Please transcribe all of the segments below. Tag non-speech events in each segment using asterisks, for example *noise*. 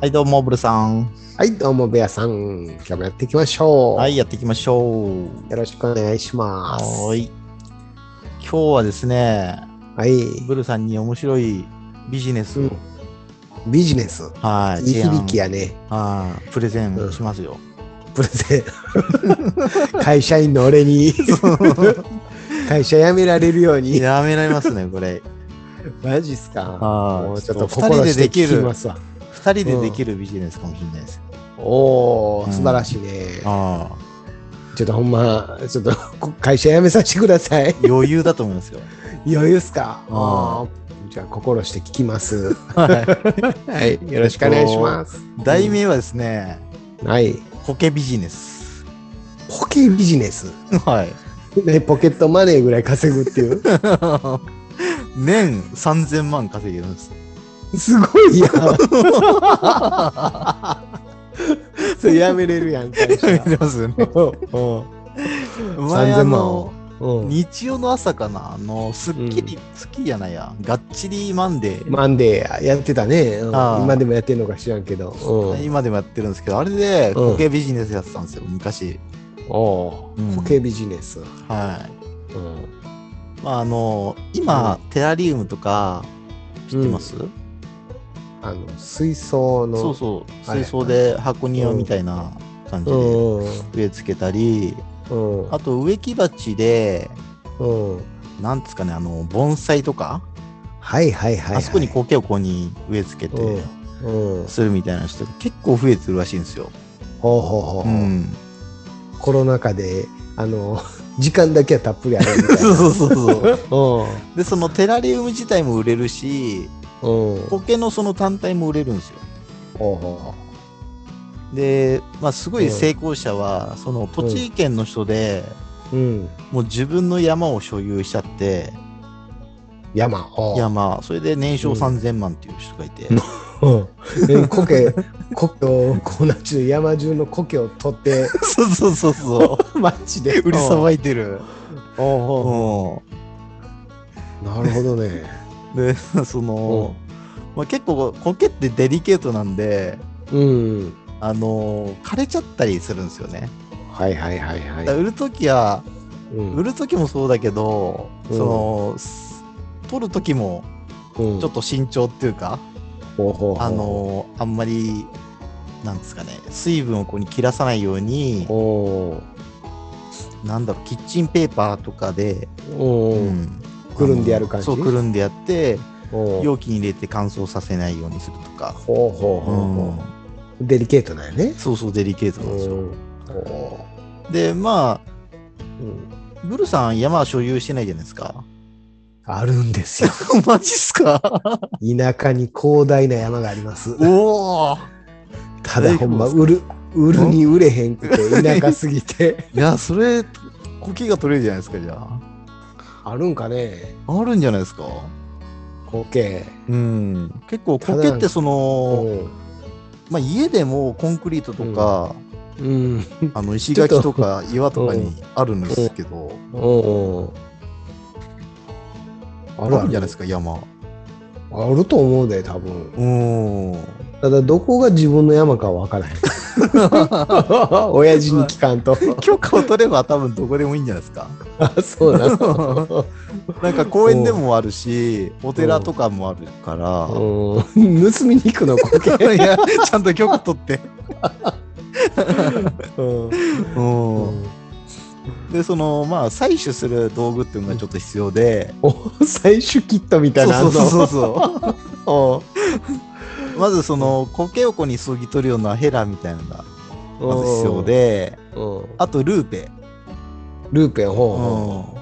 はい、どうも、ブルさん。はい、どうも、ベアさん。今日もやっていきましょう。はい、やっていきましょう。よろしくお願いします。はーい。今日はですね、はい。ブルさんに面白いビジネスを、うんビジネス。はい、いい提案響きやね。はい、プレゼンしますよ。プレゼン。会社員の俺に、会社辞められるように。やめられますね、こ *laughs* れ。マジっすか。あもーうちちょょっっとと二人心でしてで聞ききるま、すわ。二人でできるビジネスかもしれないです。おうー、ん素晴らしいね。あちょっとほんま、ちょっとこ会社辞めさせてください。あ、余裕だと思いますよ。余裕っすか。うんあーじゃあ、心して聞きます。ははい。よろしくお願いします。い題名はですね、はい。コケビジネス。ポケビジネス。 *laughs* はい。ね、ポケットマネーぐらい稼ぐっていう。年3000万稼げるん *laughs* です。すごいや *laughs* ん。それやめれるやん。会社 *laughs* やめてますよね。うん前あ3000の万。うん日曜の朝かなあの、スッキリ、スッキリじゃないや、がっちりマンデー、マンデーやってたね。うんああ今でもやってんのか知らんけど。うん今でもやってるんですけど、あれで、うんコケビジネスやってたんですよ、昔。おうんうポケビジネス。はい。うんまあ、あの、今、テラリウムとか、知ってます、あの水槽の。そうそう、はい水槽で箱庭みたいな感じで植え付けたり、うん。うん。あと植木鉢で、うん。なんつうかね、あの、盆栽とか、はいはいはいはい。あそこに苔をここに植え付けて、うん。するみたいな人、結構増えてるらしいんですよ。ほうほうほううほう。ん。コロナ禍で、あの、 *laughs* 時間だけはたっぷりあるみたいな。そうそうそうそう。うでそのテラリウム自体も売れるしん。うん。苔のその単体も売れるんですよほうほで、まあ、すごういん成功者は、その栃木県の人で、う。うん。もう自分の山を所有しちゃって山。ほう山それで年商うん3000万っていう人がいて、うんうん。コケ、 *laughs* 故郷、このちの山中の故郷を取って、 *laughs* そうそうそうそ *laughs* マジうで *laughs* 売りさばいてるおうおううなるほどね。んでその、まあ、結構苔ってデリケートなんでうん。あの枯れちゃったりするんですよねはいはいはいはだからい。売る時はうん売る時もそうだけど、うんそのす取る時もうんちょっと慎重っていうか、ほうほうほうあのあんまりなんですかね水分をここに切らさないようにおなんだろうキッチンペーパーとかで、ーおうーんくるんでやる感じそうくるんでやっておー容器に入れて乾燥させないようにするとか、ほうほううほうんほうデリケートなんやね。そうそうデリケートなんですよ、うんおでまあーうんブルさん山は所有してないじゃないですか *laughs* あるんですよ。マジっすか田舎に広大な山があります。おおただほんま大丈売る売るに売れへんくて田舎す *laughs* ぎていやそれ苔が取れるじゃないですかじゃああるんかねあるんじゃないですか。オッケうん、結構苔ってそーの、うんまあ、家でもコンクリートとか、うんあの石垣とか岩とかにあるんですけど、うんあるああるんじゃないるですか山。あると思うで多分うん。ただどこが自分の山かは分からへん *laughs* 親父に聞かんと *laughs* 許可を取れば多分どこでもいいんじゃないですか。あそうな *laughs* のなんか公園でもあるし、お寺とかもあるから。うん盗みに行くの *laughs* こけ、いやちゃんと許可取って、うんうん、でそのまあ採取する道具っていうのがちょっと必要で、お採取キットみたいなそうのそうそうそうお *laughs* まずその苔をこにそぎ取るようなヘラみたいなのがまず必要うでうんあとルーペ、ルーペンほうほうほう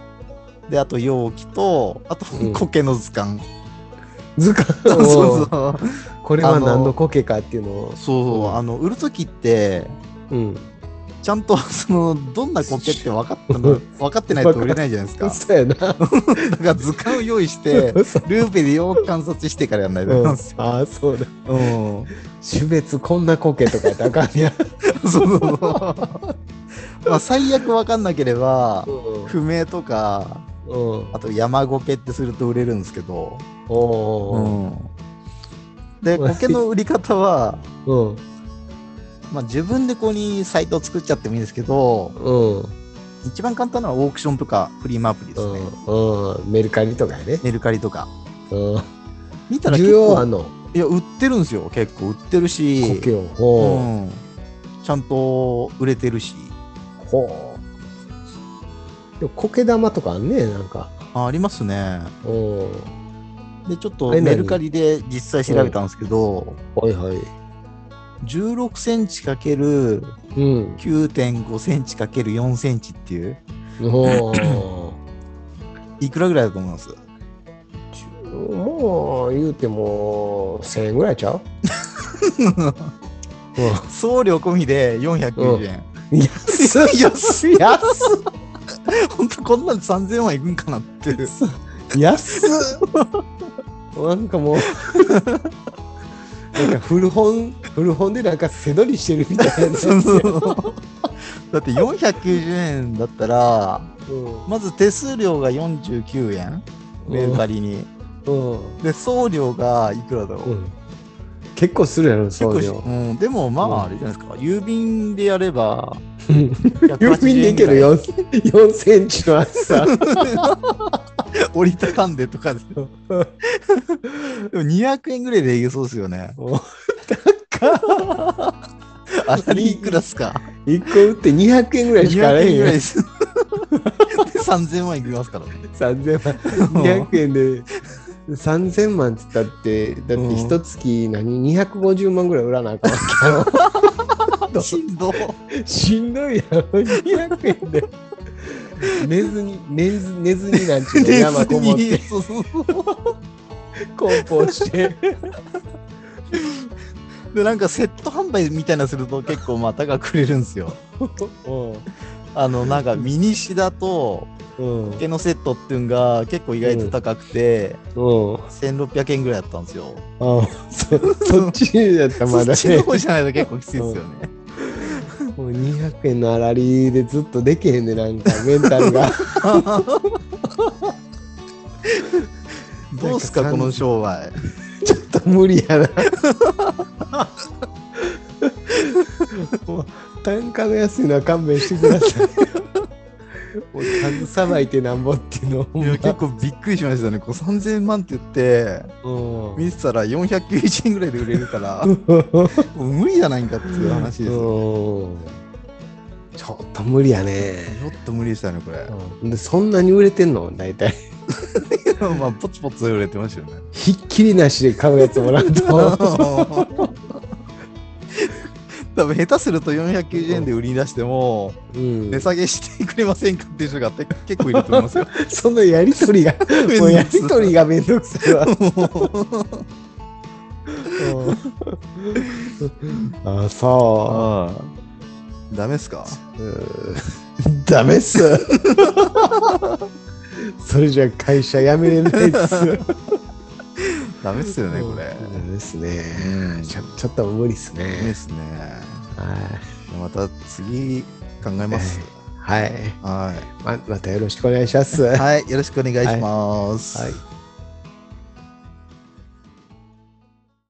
うん、であと容器とあとうん苔の図鑑、図鑑 *laughs* そうそおううそうこれは何のコケかっていうのを、そうあの売る時ってうん、ちゃんとそのどんな苔って分かったの分かってないと売れないじゃないですかそうやな。だから図鑑を用意 *laughs* して嘘ルーペでよく観察してからやんないとダメうなん *laughs* んです、よ、ああ、そうだ。うん種別こんなコケとかやったらあかん *laughs* や。そうそうそうまあ最悪分かんなければ不明とかうん。うんあと山苔ってすると売れるんですけど、おうおうおうで苔の売り方はうんまあ、自分でここにサイトを作っちゃってもいいんですけど、うん一番簡単なのはオークションとかフリーマーアプリでうすね。んうんメルカリとかやねメルカリとか。うん見たら需結要あ構、んのいや、売ってるんですよ。結構売ってる故し、郷ほうん、ちゃんと売れてるし。うほうでも苔玉とかあんねなんかあありますね。うんで、ちょっとあれメ何ルカリで実際調べたんですけど、はいはい16センチ ×9.5 うんセンチ ×4 センチっていう、ほういくらぐらいだと思いますもう言うても1000円ぐらいちゃうう送料込みで490円。ん安 *laughs* い安い安い本当こんなんで3000万いくんかなっていう。安っなんかもうなんか古本古本でなんか背取りしてるみたいなやつそうそうだって490円だったら、うんまず手数料が49円、メルカリに。うんで、送料がいくらだろう。うん結構するやろ結送構し料うん、でもまうんあ、あれじゃないですか、郵便でやれば、うん郵便でいけるよ。よ4センチの厚さ折りたたんでとかで。でも200円ぐらいでいけそうですよね。 *laughs* あたりいくらっすか1個売って200円ぐらいしかあら200へ円んぐよらいです。で3000万いきますからね。 *laughs* 3000万200円で3000万って言ったってだって一月何250万ぐらい売らなあかんわけやろしんど。 *laughs* しんどいやろ、200円で。寝ずに、寝ず寝ずになんちゅうの、山こもって、そうそうそう梱包 *laughs* して。で、なんかセット販売みたいなのすると結構まあ高く売れるんですよ。あの、なんかミニシダとうん。毛のセットっていうのが結構意外と高くて、うん。 1600円ぐらいだったんですよ。あそそっちやったらまだそっちのね。方じゃないと結構きついですよね。もう200円のあらりでずっとできへんで、なんかメンタルが。 *laughs* どうすか、この商売。ちょっと無理やな。もう単価の安いのは勘弁してください。もう数さばいてなんぼっていうのほんいまや結構びっくりしましたね。こう3000万って言って、うん見てたら491円ぐらいで売れる *laughs* から、もう無理じゃないんかっていう話ですよ。うんちょっと無理やね。ちょっと無理でしたね、これ。でそんなに売れてんの大体。まあ、ポツポツ売れてましたよね。 *laughs* ひっきりなしで買うやつもらうと。多分下手すると490円で売り出してもうん値、下げしてくれませんかっていう人が結構いると思い *laughs* ますよ。そのやりと *laughs* りが、もうやり *laughs* とりがめんどくさいわ。うん *laughs* あ、そダメっすかううん。 *laughs* ダメっす。それじゃ会社辞めれないっす。ダメっすよね、これ。ダメっすうね。んちょちょっと無理っすダメっね。すね。はまた次考えます。い。はいはままたよろしくお願いします。い。はい、よろしくお願いします。はい